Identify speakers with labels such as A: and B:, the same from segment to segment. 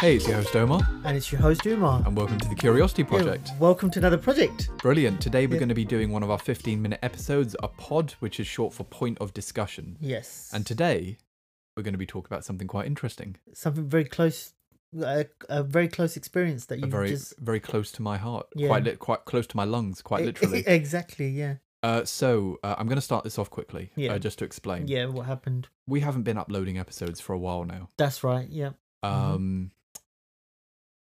A: Hey, it's your host Omar,
B: And it's your host Umar.
A: and welcome to the Curiosity Project.
B: Yeah, welcome to another project.
A: Brilliant. Today we're
B: Yeah.
A: going to be doing one of our 15 minute episodes, a pod, which is short for point of discussion.
B: Yes.
A: And today we're going to be talking about something quite interesting,
B: something very close, a, a very close experience that
A: a
B: you
A: very,
B: just
A: very close to my heart,
B: Yeah.
A: quite, li- quite close to my lungs, quite
B: E-
A: literally.
B: exactly. Yeah.
A: uh, so uh, I'm going to start this off quickly,
B: Yeah.
A: uh, just to explain.
B: Yeah. What happened?
A: We haven't been uploading episodes for a while now.
B: That's right. Yeah.
A: Um,
B: Mm-hmm.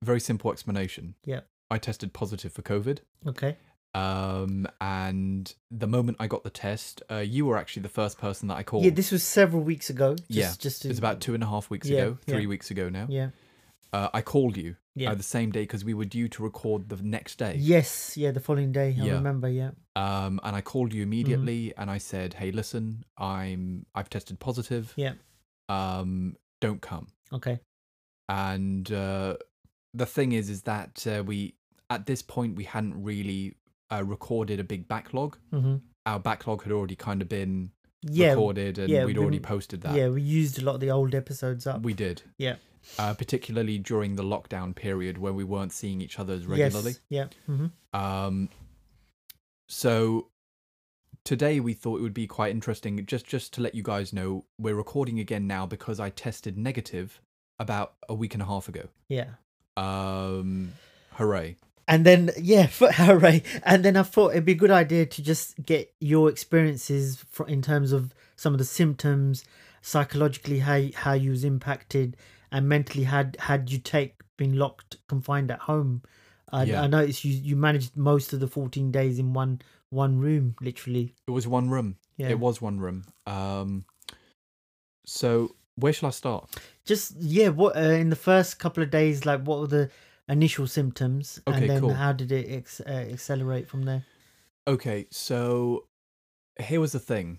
A: Very simple explanation.
B: Yeah.
A: I tested positive for COVID.
B: Okay.
A: Um, and the moment I got the test, uh, you were actually the first person that I called.
B: Yeah. This was several weeks ago. Just,
A: Yeah,
B: Just to,
A: it's about two and a half weeks
B: Yeah,
A: ago, three
B: yeah.
A: weeks ago now.
B: Yeah.
A: Uh, I called you
B: Yeah.
A: uh, the same day because we were due to record the next day.
B: Yes. Yeah. The following day. I
A: Yeah.
B: remember. Yeah.
A: Um, and I called
B: Mm-hmm.
A: you immediately and I said, "Hey, listen, I'm I've tested positive.
B: Yeah.
A: Um, don't come."
B: Okay.
A: And uh, the thing is, is that uh, we at this point we hadn't really uh, recorded a big backlog.
B: Mm-hmm.
A: Our backlog had already kind of been
B: Yeah.
A: recorded and
B: yeah,
A: we'd
B: we-
A: already posted that.
B: Yeah. We used a lot of the old episodes up.
A: We did.
B: Yeah.
A: Uh, particularly during the lockdown period when we weren't seeing each other as regularly.
B: Yes. Yeah. Mm-hmm.
A: Um, so today we thought it would be quite interesting just just to let you guys know we're recording again now because I tested negative about a week and a half ago.
B: Yeah.
A: Um, hooray!
B: And then, yeah, for, hooray. And then I thought it'd be a good idea to just get your experiences fro- in terms of some of the symptoms, psychologically how y- how you was impacted, and mentally had had you take been locked confined at home. I,
A: Yeah.
B: I noticed you you managed most of the fourteen days in one one room, literally.
A: It was one room.
B: Yeah.
A: It was one room. Um, so where shall I start?
B: just yeah. What uh, in the first couple of days, like what were the initial symptoms,
A: Okay,
B: and then
A: cool.
B: how did it ex- uh, accelerate from there?
A: Okay, so here was the thing.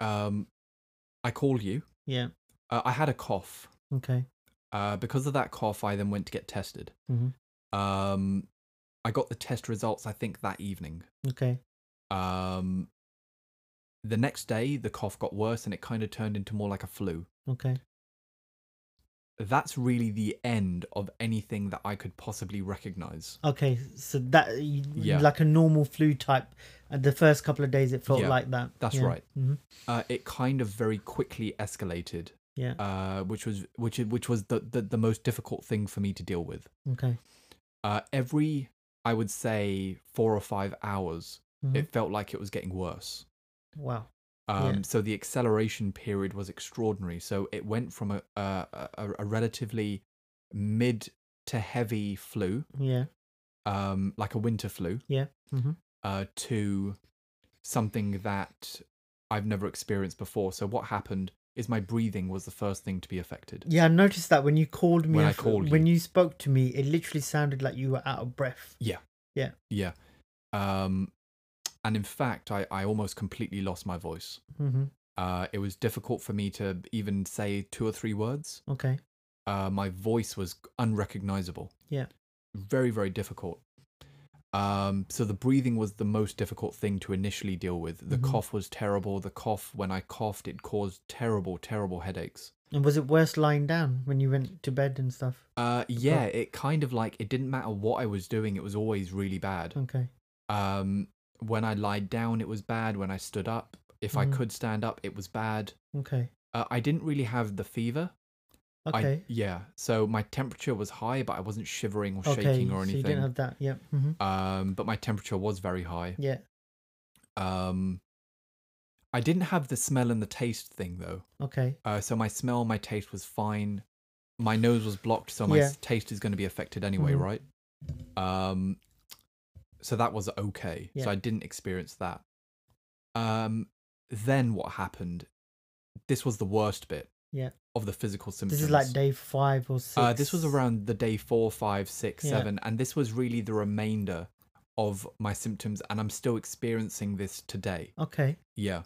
A: Um, I called you.
B: Yeah.
A: Uh, I had a cough.
B: Okay.
A: Uh, because of that cough, I then went to get tested.
B: Mhm.
A: Um, I got the test results, I think, that evening.
B: Okay.
A: Um, the next day, the cough got worse and it kind of turned into more like a flu.
B: Okay.
A: That's really the end of anything that I could possibly recognize.
B: Okay, so that you-
A: Yeah.
B: like a normal flu type. And the first couple of days, it felt
A: Yeah,
B: like that.
A: that's
B: Yeah.
A: right.
B: Mhm.
A: Uh, it kind of very quickly escalated,
B: Yeah.
A: uh, which was which i- which was the, the the most difficult thing for me to deal with.
B: Okay.
A: Uh, every I would say four or five hours,
B: Mhm.
A: it felt like it was getting worse.
B: Wow. Yeah.
A: Um, So the acceleration period was extraordinary. So it went from a a, a, a relatively mid to heavy flu,
B: Yeah.
A: um, like a winter flu,
B: Yeah. Mhm.
A: uh, to something that I've never experienced before. So what happened is my breathing was the first thing to be affected.
B: Yeah, I noticed that when you called me,
A: When I
B: af-
A: called
B: when you spoke to me, it literally sounded like you were out of breath.
A: Yeah. Um, and in fact, I, I almost completely lost my voice.
B: hmm
A: Uh, it was difficult for me to even say two or three words.
B: Okay.
A: uh, my voice was unrecognizable.
B: Yeah.
A: Very, very difficult. Um, so the breathing was the most difficult thing to initially deal with. The
B: Mhm.
A: cough was terrible. The cough, when I coughed, it caused terrible, terrible headaches.
B: And was it worse lying down when you went to bed and stuff?
A: Uh, yeah, it kind of like it didn't matter what I was doing, it was always really bad.
B: Okay.
A: Um, when I lied down, it was bad. When I stood up, if I
B: Mhm.
A: could stand up, it was bad.
B: Okay.
A: Uh, I didn't really have the fever. I-
B: Okay.
A: yeah. So my temperature was high, but I wasn't shivering or
B: okay.
A: shaking or
B: So you
A: anything.
B: didn't have that. Yeah. hmm
A: um, but my temperature was very high.
B: Yeah.
A: Um, I didn't have the smell and the taste thing though.
B: Okay.
A: Uh, so my smell, my taste was fine. My nose was blocked, so my
B: Yeah.
A: s- taste is going to be affected anyway,
B: Mhm.
A: right? Um, so that was okay.
B: Yeah.
A: So I didn't experience that. Um, then what happened? This was the worst bit.
B: Yeah.
A: Of the physical symptoms.
B: This is like day five or six.
A: Uh, this was around the day four, five, six,
B: Yeah.
A: seven, and this was really the remainder of my symptoms, and I'm still experiencing this today.
B: Okay.
A: Yeah,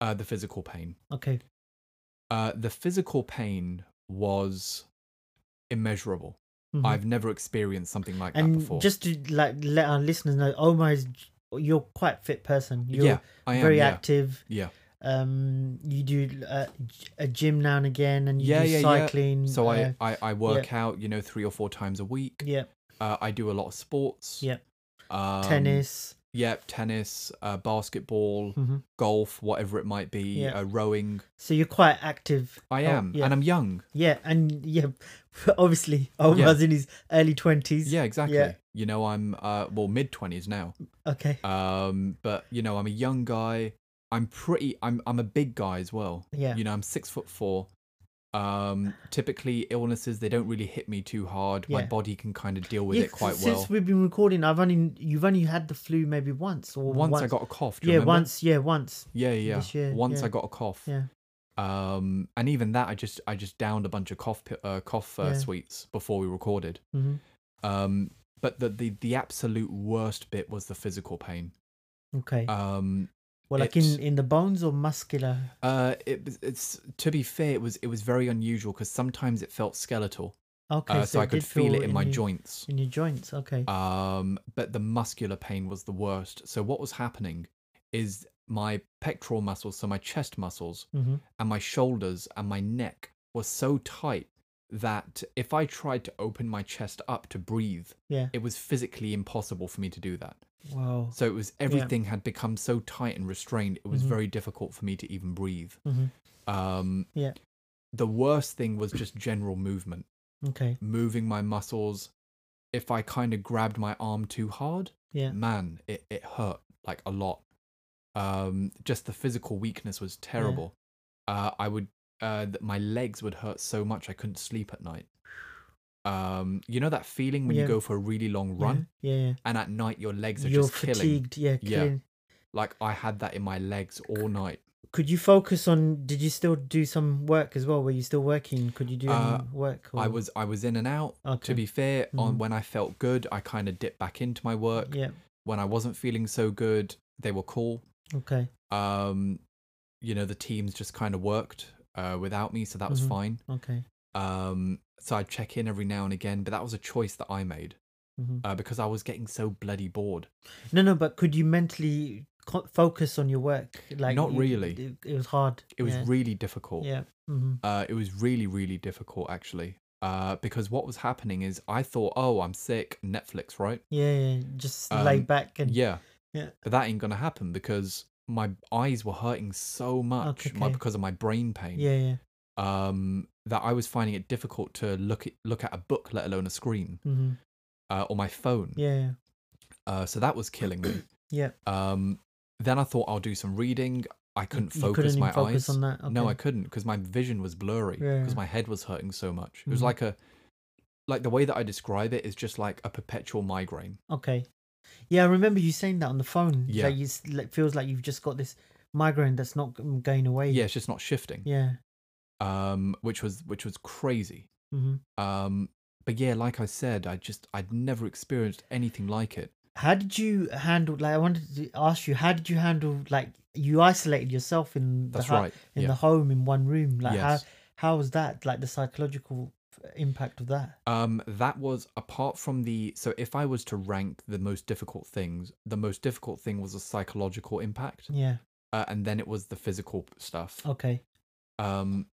A: uh, the physical pain.
B: Okay.
A: Uh, the physical pain was immeasurable.
B: Mhm.
A: I've never experienced something like that
B: and
A: before.
B: just to like let our listeners know omar is you're quite fit person. You're
A: yeah, I am.
B: very
A: yeah.
B: active.
A: Yeah.
B: Um, you do uh, g- a gym now and again, and you
A: Yeah,
B: do
A: yeah, yeah.
B: cycling.
A: So
B: uh,
A: I, I, I work out, you know, three or four times a week.
B: yeah,
A: Uh, I do a lot of sports.
B: Yeah.
A: Um,
B: tennis.
A: Yep, tennis, uh, basketball,
B: hmm
A: golf, whatever it might be,
B: Yeah.
A: uh, rowing.
B: So you're quite active.
A: I
B: Oh,
A: am,
B: yeah.
A: and I'm young.
B: Yeah, and yeah, obviously, Omar's in his early twenties.
A: Yeah, exactly. You know, I'm uh, well mid twenties now.
B: Okay.
A: Um, but you know, I'm a young guy. I'm pretty. I'm I'm a big guy as well.
B: Yeah.
A: You know, I'm six foot four. Um, typically illnesses they don't really hit me too hard. My
B: Yeah.
A: body can kind of deal with
B: Yeah,
A: it quite
B: since
A: well.
B: we've been recording, I've only you've only had the flu maybe once or
A: Once, I got a cough. Do you
B: yeah,
A: remember?
B: once. Yeah, once.
A: Yeah, yeah.
B: this year,
A: Once
B: yeah.
A: I got a cough.
B: Yeah.
A: Um, and even that, I just I just downed a bunch of cough pi- uh, cough uh,
B: Yeah.
A: sweets before we recorded.
B: hmm
A: Um, but the, the the absolute worst bit was the physical pain.
B: Okay.
A: Um,
B: well, like
A: it's-
B: in in the bones or muscular.
A: uh, it, was- it's to be fair, it was it was very unusual because sometimes it felt skeletal,
B: Okay.
A: uh, so, I
B: it
A: could
B: did
A: feel it in my
B: your-
A: joints.
B: In your joints. Okay.
A: Um, but the muscular pain was the worst. So what was happening is my pectoral muscles, so my chest muscles,
B: hmm
A: and my shoulders and my neck were so tight that if I tried to open my chest up to breathe,
B: Yeah.
A: it was physically impossible for me to do that.
B: Wow.
A: So it was everything had become so tight and restrained, it was
B: Mhm.
A: very difficult for me to even breathe.
B: Mhm.
A: Um,
B: Yeah.
A: The worst thing was just general movement,
B: Okay.
A: moving my muscles. If I kind of grabbed my arm too hard,
B: Yeah.
A: man, it, it hurt like a lot. Um, just the physical weakness was terrible. Uh, I would, uh, th- my legs would hurt so much I couldn't sleep at night. Um, you know that feeling when
B: Yeah.
A: you go for a really long run
B: Yeah. yeah.
A: and at night your legs are
B: You're
A: just killing.
B: fatigued. Yeah.
A: Yeah.
B: Killing.
A: Like I had that in my legs all night.
B: Could you focus on? Did you still do some work as well? Were you still working? Could you do
A: Uh,
B: any work?
A: I was I was in and out.
B: Okay.
A: To be fair, on
B: Mhm.
A: when I felt good, I kind of dipped back into my work.
B: Yeah.
A: When I wasn't feeling so good, they were cool.
B: Okay.
A: um you know the teams just kind of worked uh without me so that was
B: Mhm.
A: fine
B: Okay.
A: um so i'd check in every now and again but that was a choice that i made
B: hmm
A: uh, because i was getting so bloody bored
B: No, no, but could you mentally co- focus on your work? Like
A: Not
B: you-
A: really.
B: It, it was hard.
A: it was
B: yeah.
A: really difficult
B: yeah. hmm
A: uh it was really really difficult actually uh because what was happening is i thought oh i'm sick netflix right
B: yeah, yeah. Just lay
A: Um,
B: back and
A: yeah
B: Yeah.
A: but that ain't gonna happen because my eyes were hurting so much my,
B: okay.
A: because of my brain pain
B: yeah, yeah.
A: um that i was finding it difficult to look at look at a book let alone a screen
B: hmm
A: uh, or my phone.
B: yeah, yeah,
A: Uh, so that was killing me.
B: yeah.
A: um, then I thought I'll do some reading. I couldn't
B: You
A: focus
B: couldn't
A: my
B: even focus
A: eyes.
B: on that. Okay.
A: No, I couldn't because my vision was blurry because
B: Yeah.
A: my head was hurting so much. It was
B: Mhm.
A: like a, like the way that I describe it is just like a perpetual migraine.
B: okay. Yeah, I remember you saying that on the phone.
A: Yeah.
B: like you s- like, feels like you've just got this migraine that's not g- mm, going away.
A: Yeah, it's just not shifting.
B: yeah.
A: Um, which was which was crazy.
B: hmm
A: Um, but yeah, like I said, I just I'd never experienced anything like it.
B: How did you handle? Like, I wanted to ask you, how did you handle? Like, you isolated yourself in the
A: That's
B: hou-
A: right.
B: in
A: yeah.
B: the home in one room. Like, how
A: yes.
B: How was that? Like the psychological f- impact of that?
A: Um, that was apart from the. So, if I was to rank the most difficult things, the most difficult thing was the psychological impact,
B: Yeah. Oh.
A: uh, and then it was the physical p- stuff.
B: Okay.
A: Um,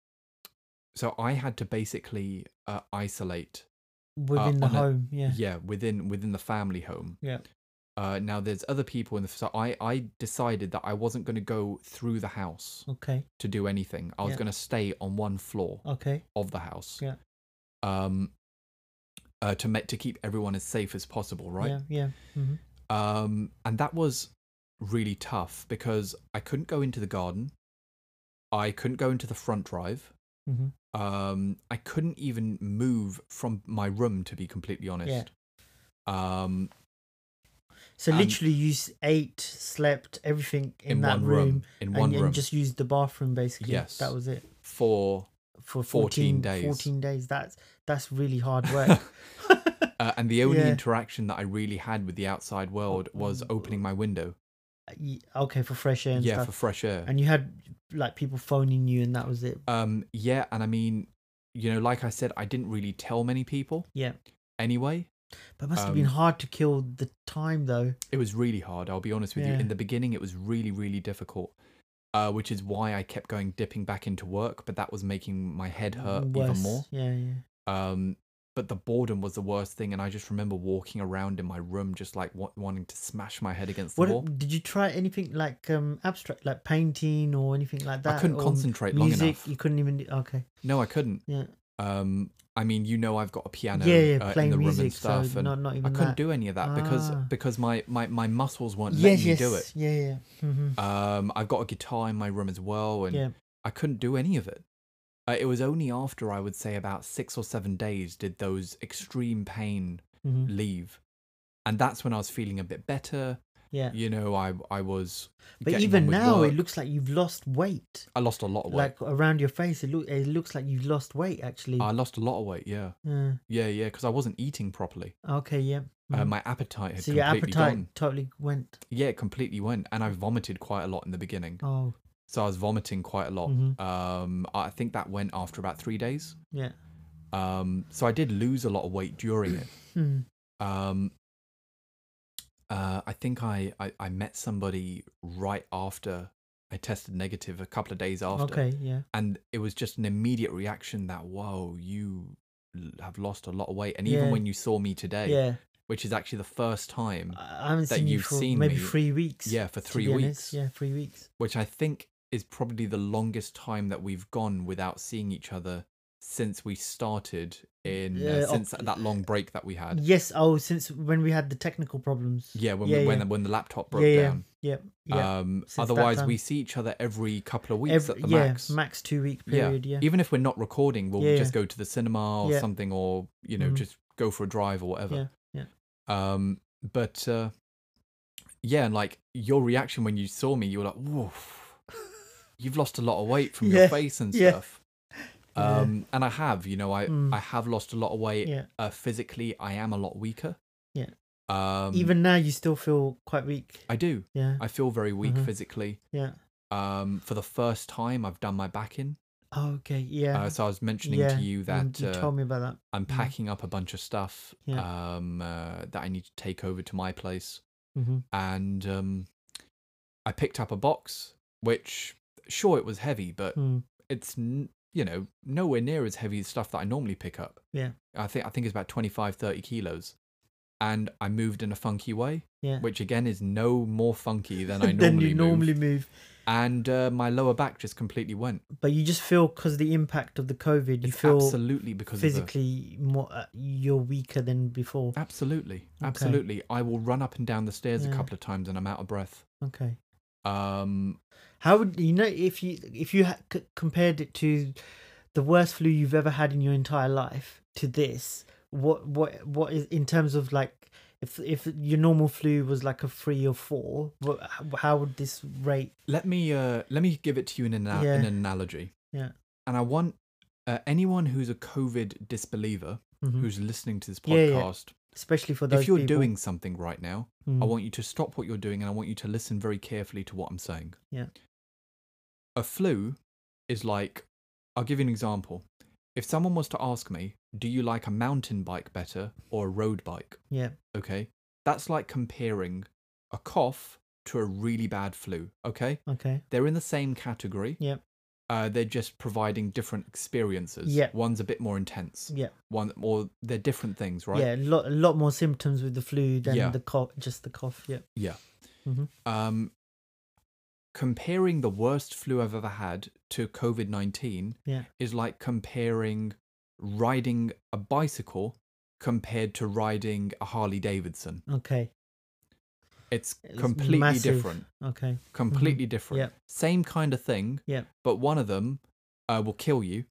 A: so I had to basically uh, isolate.
B: Within the
A: Uh, on a-
B: home. yeah.
A: Yeah. within within the family home.
B: Yeah.
A: Uh, now there's other people in the. So I I decided that I wasn't going to go through the house
B: Okay.
A: to do anything. I was
B: Mm. Yeah.
A: going to stay on one floor
B: Okay.
A: of the house.
B: Yeah.
A: Um. Uh, to make to keep everyone as safe as possible, right?
B: Yeah. Yeah. hmm
A: Um, and that was really tough because I couldn't go into the garden. I couldn't go into the front drive.
B: hmm
A: Um, I couldn't even move from my room, to be completely honest. Um,
B: So
A: And-
B: literally, you s- ate, slept, everything in,
A: in,
B: that
A: one room,
B: room,
A: in
B: and,
A: one
B: and
A: room
B: just used the bathroom basically.
A: Yes.
B: That was it
A: for,
B: for
A: 14
B: 14,
A: days.
B: Fourteen days. That's that's really hard work.
A: uh, and the only
B: Yeah.
A: interaction that I really had with the outside world was opening my window,
B: Y- okay, for fresh air and
A: yeah,
B: stuff.
A: for fresh air.
B: and you had like people phoning you, and that was it.
A: Um, yeah, and I mean, you know, like I said, I didn't really tell many people
B: Yeah.
A: anyway.
B: But it must have been
A: Um,
B: hard to kill the time though.
A: It was really hard. I'll be honest with you.
B: Yeah.
A: In the beginning, it was really, really difficult, uh, which is why I kept going dipping back into work. But that was making my head hurt even
B: Worse.
A: more.
B: Yeah, yeah.
A: Um, but the boredom was the worst thing, and I just remember walking around in my room, just like wa- wanting to smash my head against the wall.
B: What did you try anything like um abstract like painting or anything like that?
A: I couldn't
B: or
A: concentrate
B: music,
A: long enough.
B: You couldn't even do, okay.
A: No, I couldn't.
B: Yeah.
A: Um, I mean, you know, I've got a piano
B: yeah, yeah,
A: uh, in
B: playing
A: the room
B: music
A: and stuff,
B: so
A: and
B: not not even
A: I couldn't
B: that.
A: do any of that because
B: Ah.
A: because my my my muscles weren't
B: yes,
A: letting
B: yes.
A: me do it.
B: Yeah, yeah. Mm-hmm.
A: Um, I've got a guitar in my room as well, and
B: Yeah.
A: I couldn't do any of it. Uh, it was only after I would say about six or seven days did those extreme pain
B: Mm-hmm.
A: leave, and that's when I was feeling a bit better.
B: Yeah.
A: You know, I I was.
B: But
A: getting on
B: even
A: with
B: now
A: work.
B: it looks like you've lost weight.
A: I lost a lot of weight.
B: Like around your face it look it looks like you've lost weight actually.
A: I lost a lot of weight. Yeah,
B: Yeah.
A: yeah, yeah. Because I wasn't eating properly.
B: okay, yeah.
A: Uh,
B: mhm.
A: my appetite had
B: so your
A: completely
B: appetite
A: gone.
B: totally went.
A: Yeah, it completely went, and I vomited quite a lot in the beginning.
B: Oh,
A: So I was vomiting quite a lot.
B: Mhm.
A: Um, I think that went after about three days.
B: yeah.
A: Um, so I did lose a lot of weight during it.
B: Hmm.
A: Um, uh, I think I, I, I met somebody right after I tested negative a couple of days after.
B: Okay, yeah.
A: And it was just an immediate reaction that, whoa, you l- have lost a lot of weight. And even
B: Yeah.
A: when you saw me today,
B: Yeah.
A: which is actually the first time,
B: I I haven't
A: uh, that
B: seen you
A: you've
B: for
A: seen
B: maybe
A: me-
B: 3 weeks.
A: yeah, for
B: to
A: three
B: be honest.
A: weeks,
B: Yeah, 3 weeks.
A: which I think is probably the longest time that we've gone without seeing each other since we started in, uh,
B: Yeah,
A: since
B: oct-
A: that long break that we had.
B: Yes. Oh, since when we had the technical problems.
A: Yeah, when
B: Yeah,
A: we,
B: yeah.
A: when the, when the laptop broke
B: yeah,
A: down.
B: yeah. Yeah. Yeah.
A: Um,
B: since that
A: otherwise,
B: time.
A: we see each other every couple of weeks
B: Every-
A: at the
B: yeah,
A: max.
B: two week
A: Yeah.
B: period. Yeah.
A: Even if we're not recording, we'll
B: Yeah,
A: just
B: yeah.
A: go to the cinema or
B: Yeah.
A: something, or you know,
B: Mhm.
A: just go for a drive or whatever.
B: Yeah,
A: yeah. Um, but uh, yeah, and like your reaction when you saw me, you were like, "Woof, you've lost a lot of weight from
B: Yeah,
A: your face and
B: yeah.
A: stuff."
B: Yeah.
A: Um, and I have, you know, I
B: Mm.
A: I have lost a lot of weight.
B: Yeah.
A: Uh, physically, I am a lot weaker.
B: Yeah.
A: Um,
B: Even now, you still feel quite weak.
A: I do.
B: Yeah.
A: I feel very weak
B: Mhm.
A: physically.
B: yeah.
A: um, for the first time, I've done my back in.
B: Oh, okay. Yeah.
A: Uh, so I was mentioning
B: yeah.
A: to you
B: you-
A: that
B: you
A: uh,
B: told me about that.
A: I'm
B: Mm.
A: packing up a bunch of stuff
B: Yeah.
A: um, uh, that I need to take over to my place,
B: Mm-hmm.
A: and um, I picked up a box, which sure it was heavy, but
B: Hmm. mm-hmm.
A: it's n- you know nowhere near as heavy as stuff that I normally pick up.
B: Yeah.
A: I think I think it's about 25, 30 kilos, and I moved in a funky way,
B: Yeah.
A: which again is no more funky than I normally
B: then you
A: move.
B: normally move,
A: and uh, my lower back just completely went.
B: but you just feel because the impact of the COVID, you
A: It's
B: feel
A: absolutely because of
B: physically more. Uh, you're weaker than before.
A: the, absolutely absolutely i will run up and down the stairs
B: Yeah.
A: a couple of times and i'm out of breath
B: Okay.
A: um
B: How would you know if you if you ha- c- compared it to the worst flu you've ever had in your entire life to this? What what what is in terms of like if if your normal flu was like a three or four, what, how- how would this rate?
A: let me uh let me give it to you in an, ana-
B: Yeah.
A: in an analogy
B: Yeah.
A: and i want uh, anyone who's a covid disbeliever
B: Mhm.
A: who's listening to this
B: Yeah, yeah.
A: podcast
B: Especially for those
A: if you're
B: people.
A: doing something right now i
B: Mm.
A: want you to stop what you're doing and i want you to listen very carefully to what i'm saying
B: Yeah.
A: a flu is like i'll give you an example if someone was to ask me do you like a mountain bike better or a road bike
B: yeah
A: okay? That's like comparing a cough to a really bad flu, okay?
B: okay
A: They're in the same category.
B: Yep.
A: Uh, they're just providing different experiences.
B: Yep.
A: One's a bit more intense.
B: yeah
A: One or they're different things, right?
B: yeah a lot a lot more symptoms with the flu than
A: Yeah.
B: the cough just the cough yeah
A: Um comparing the worst flu I've ever had to COVID-19
B: Yeah.
A: is like comparing riding a bicycle compared to riding a Harley Davidson.
B: okay
A: It's
B: It's
A: completely
B: massive. Mm-hmm.
A: different.
B: okay
A: completely different.
B: Yep.
A: Same kind of thing.
B: Yep.
A: But one of them uh, will kill you,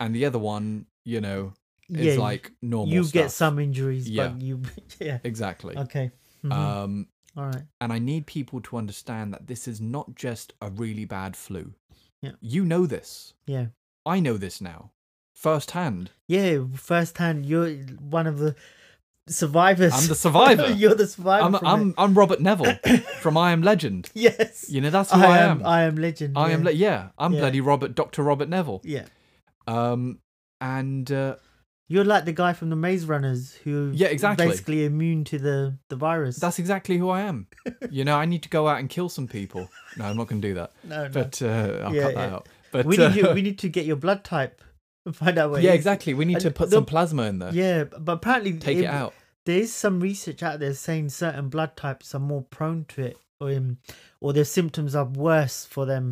A: and the other one, you know, is
B: yeah
A: like normal.
B: you get
A: stuff.
B: some injuries
A: Yeah.
B: but you yeah
A: exactly.
B: okay Mhm.
A: Um,
B: all right
A: and I need people to understand that this is not just a really bad flu.
B: Yeah.
A: You know this.
B: yeah
A: I know this now, firsthand.
B: Yeah, first hand. You're one of the survivors.
A: I'm the survivor.
B: you're the survivor.
A: I'm
B: from
A: I'm,
B: it.
A: I'm Robert Neville from I Am Legend.
B: Yes.
A: You know that's who I, am.
B: I am legend.
A: I am
B: yeah.
A: le- yeah. I'm
B: Yeah.
A: bloody Robert, Doctor Robert Neville.
B: Yeah.
A: Um, and uh,
B: You're like the guy from the Maze Runners who
A: Yeah, exactly.
B: basically immune to the the virus.
A: That's exactly who I am. you know, I need to go out and kill some people. No, I'm not going to do that.
B: no, no.
A: But uh, I'll
B: Yeah,
A: cut that
B: yeah.
A: out. But
B: we need you,
A: uh,
B: we need to get your blood type and find out what.
A: yeah,
B: it is.
A: exactly. We need
B: And
A: to put
B: the-
A: some plasma in there.
B: Yeah, b- but apparently
A: Take it out.
B: There is some research out there saying certain blood types are more prone to it, or um, or their symptoms are worse for them.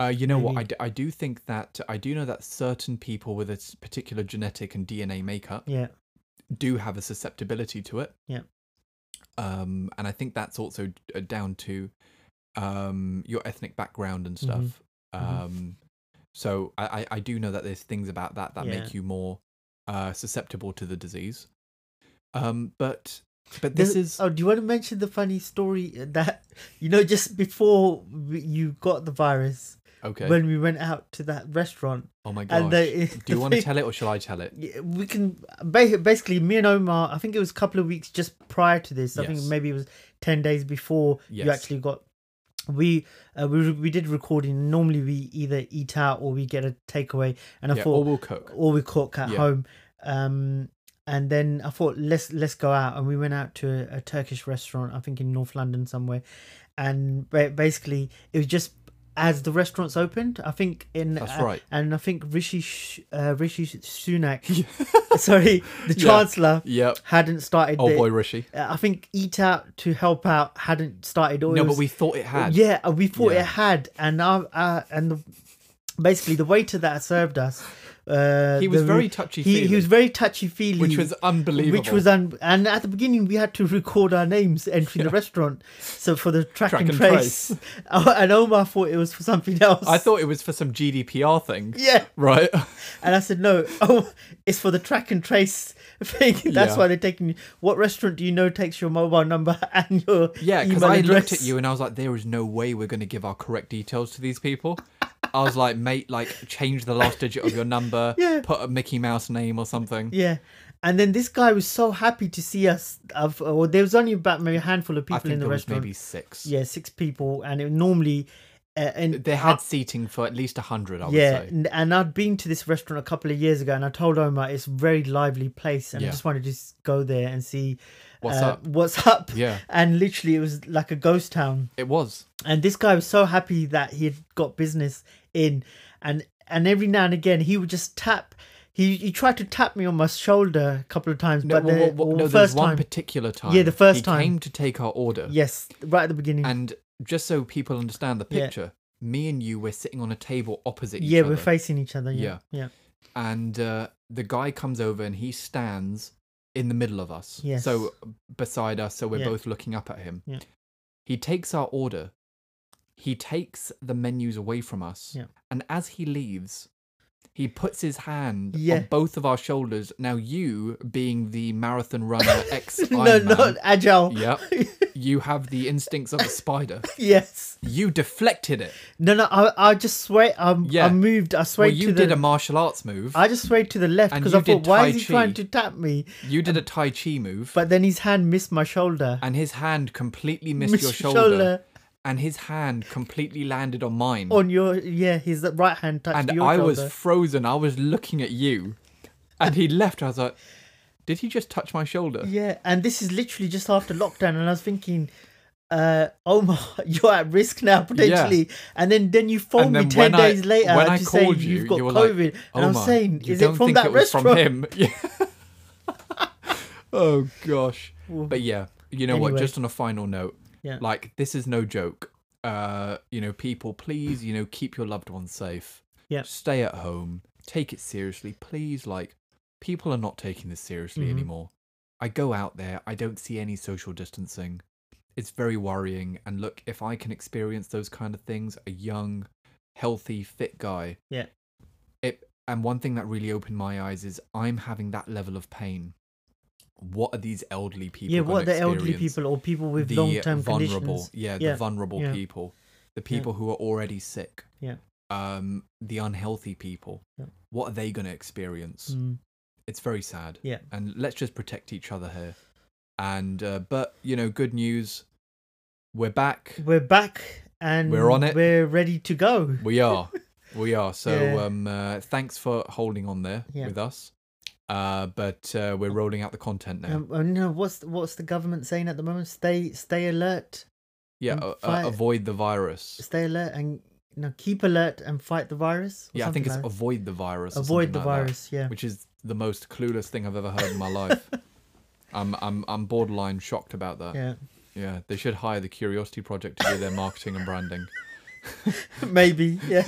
A: Uh, you know what? I
B: Maybe.
A: d- I do think that I do know that certain people with a s- particular genetic and DNA makeup
B: Yeah,
A: do have a susceptibility to it.
B: Yeah.
A: Um, and I think that's also d- uh, down to um, your ethnic background and stuff.
B: Mhm.
A: Um, So I, I, I do know that there's things about that that
B: Yeah.
A: make you more uh, susceptible to the disease. Um, but but
B: Does-
A: this is
B: Oh, do you want to mention the funny story that you know just before we- you got the virus
A: okay.
B: when we went out to that restaurant
A: oh my gosh.
B: and the,
A: do you want to tell it or shall I tell it?
B: Yeah, we can ba- basically me and Omar. I think it was a couple of weeks just prior to this. I think
A: Yes.
B: maybe it was ten days before you
A: Yes.
B: actually got. We uh, we we did recording. Normally we either eat out or we get a takeaway, and I
A: Yeah, or
B: thought
A: we'll cook.
B: or we cook at
A: Yeah.
B: home. Um, and then I thought let's let's go out, and we went out to a, a Turkish restaurant. I think in North London somewhere, and ba- basically it was just as the restaurants opened. I think in
A: That's
B: uh,
A: right.
B: and I think Rishi Sh- uh, Rishi Sunak, sorry, the
A: Yeah.
B: Chancellor
A: Yep.
B: hadn't started.
A: Oh
B: the,
A: boy, Rishi.
B: uh, I think Eat Out to help out hadn't started. Or it
A: No, but
B: was-
A: we thought it had.
B: yeah, uh, we thought
A: Yeah.
B: it had, and I uh, and the, basically the waiter that served us, uh,
A: He was
B: the-
A: very touchy-feely.
B: He, he was very touchy feely,
A: which was unbelievable.
B: Which was un- and at the beginning we had to record our names entering the restaurant, so for the track,
A: Track
B: and,
A: and
B: trace. Oh, and Omar thought it was for something else.
A: I thought it was for some GDPR thing,
B: yeah,
A: right?
B: and I said no. Oh, it's for the track and trace thing. That's
A: Yeah.
B: why they're taking. you. What restaurant do you know takes your mobile number and your
A: yeah, because
B: email
A: I
B: address?
A: looked at you and I was like, there is no way we're going to give our correct details to these people. I was like, mate, like change the last digit of your number,
B: Yeah.
A: put a Mickey Mouse name or something.
B: Yeah. And then this guy was so happy to see us. Uh, well, there was only about maybe a handful
A: I
B: of people
A: think
B: in the
A: there was
B: restaurant.
A: maybe six.
B: Yeah, six people, and it normally, uh, and
A: They had seating for at least a hundred. I would
B: yeah,
A: say.
B: n- and I'd been to this restaurant a couple of years ago, and I told Omar it's a very lively place, and I
A: Yeah.
B: just wanted to s- go there and see
A: What's
B: uh,
A: up?
B: What's up?
A: Yeah.
B: And literally, it was like a ghost town.
A: It was.
B: And this guy was so happy that he had got business in, and and every now and again he would just tap. He, he tried to tap me on my shoulder a couple of times,
A: No,
B: but
A: well,
B: the,
A: well, well,
B: well,
A: no, there was
B: first
A: one
B: time,
A: particular time.
B: the first
A: he
B: time.
A: came to take our order.
B: Yes, right at the beginning.
A: And just so people understand the
B: Yeah.
A: picture, me and you were sitting on a table opposite each
B: yeah,
A: other.
B: we're facing each other. Yeah, yeah,
A: and uh, the guy comes over and he stands in the middle of us.
B: Yes.
A: So beside us, so we're
B: Yeah.
A: both looking up at him.
B: Yeah.
A: He takes our order. He takes the menus away from us.
B: Yeah.
A: And as he leaves, he puts his hand
B: Yeah.
A: on both of our shoulders. Now you, being the marathon runner ex
B: no,
A: um,
B: not agile.
A: Yep. You have the instincts of a spider.
B: yes,
A: You deflected it.
B: no, no. I, I just sway. I,
A: Yeah.
B: I moved. I
A: Well,
B: swayed
A: you
B: to
A: did
B: the.
A: a martial arts move.
B: I just swayed to the left
A: And
B: because
A: you
B: I thought,
A: did
B: why
A: Tai
B: is he
A: Chi.
B: trying to tap me?
A: You did a Tai Chi move,
B: But then his hand missed my shoulder.
A: and his hand completely missed,
B: Missed
A: your
B: your
A: shoulder,
B: shoulder.
A: and his hand completely landed on mine.
B: On your yeah, his right hand touched
A: and
B: your
A: I
B: shoulder.
A: was frozen. I was looking at you, and he left. I was like, "Did he just touch my shoulder?"
B: Yeah, and this is literally just after lockdown, and I was thinking, uh, oh my, you're at risk now potentially. And then then you
A: And
B: phoned me
A: then
B: ten
A: when I-
B: days later
A: when I
B: to
A: called
B: say
A: you,
B: you've got
A: you were like,
B: COVID,
A: Oh
B: and I was
A: my,
B: saying,
A: you
B: is
A: don't
B: it from
A: think
B: that
A: it was
B: restaurant?
A: from him? Yeah. oh gosh. But yeah, you know what?
B: Anyway.
A: Just on a final note,
B: Yeah.
A: like this is no joke. Uh, you know, people, please, you know, keep your loved ones safe.
B: Yeah.
A: Stay at home. Take it seriously, please. Like, people are not taking this seriously
B: Mhm.
A: anymore. I go out there, I don't see any social distancing. It's very worrying. And look, if I can experience those kind of things, a young, healthy, fit guy.
B: Yeah.
A: It and one thing that really opened my eyes is I'm having that level of pain. What are these elderly people?
B: yeah,
A: gonna
B: what the elderly
A: experience?
B: people or people with
A: the
B: long-term
A: vulnerable,
B: conditions.
A: yeah,
B: Yeah,
A: the vulnerable
B: yeah.
A: people, the people who are already sick,
B: Yeah.
A: um, the unhealthy people.
B: Yeah.
A: What are they going to experience?
B: Mm,
A: It's very sad.
B: Yeah.
A: and let's just protect each other here. And uh, but you know, good news, we're back.
B: We're back and
A: We're on it.
B: We're ready to go.
A: We are, we are. So
B: Yeah.
A: um, uh, thanks for holding on there
B: Yeah.
A: with us. Uh, but uh, we're rolling out the content now.
B: Um, oh, no, what's what's the government saying at the moment? Stay stay alert,
A: yeah,
B: um,
A: uh, uh,
B: fire-
A: avoid the virus.
B: stay alert, and no, keep alert and fight the virus. or
A: Yeah, I think it's
B: something like
A: avoid the virus.
B: that.
A: or
B: avoid the
A: something like that,
B: virus. Yeah,
A: which is the most clueless thing I've ever heard in my life. I'm I'm I'm borderline shocked about that. Yeah.
B: yeah.
A: they should hire the Curiosity Project to do their marketing and branding.
B: Maybe. Yeah.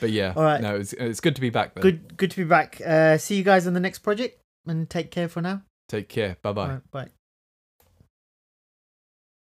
A: But yeah,
B: All right.
A: no, it's it's good to be back. Then.
B: good. Good to be back. Uh, see you guys on the next project, and take care for now.
A: Take care. Bye bye.
B: All right, bye.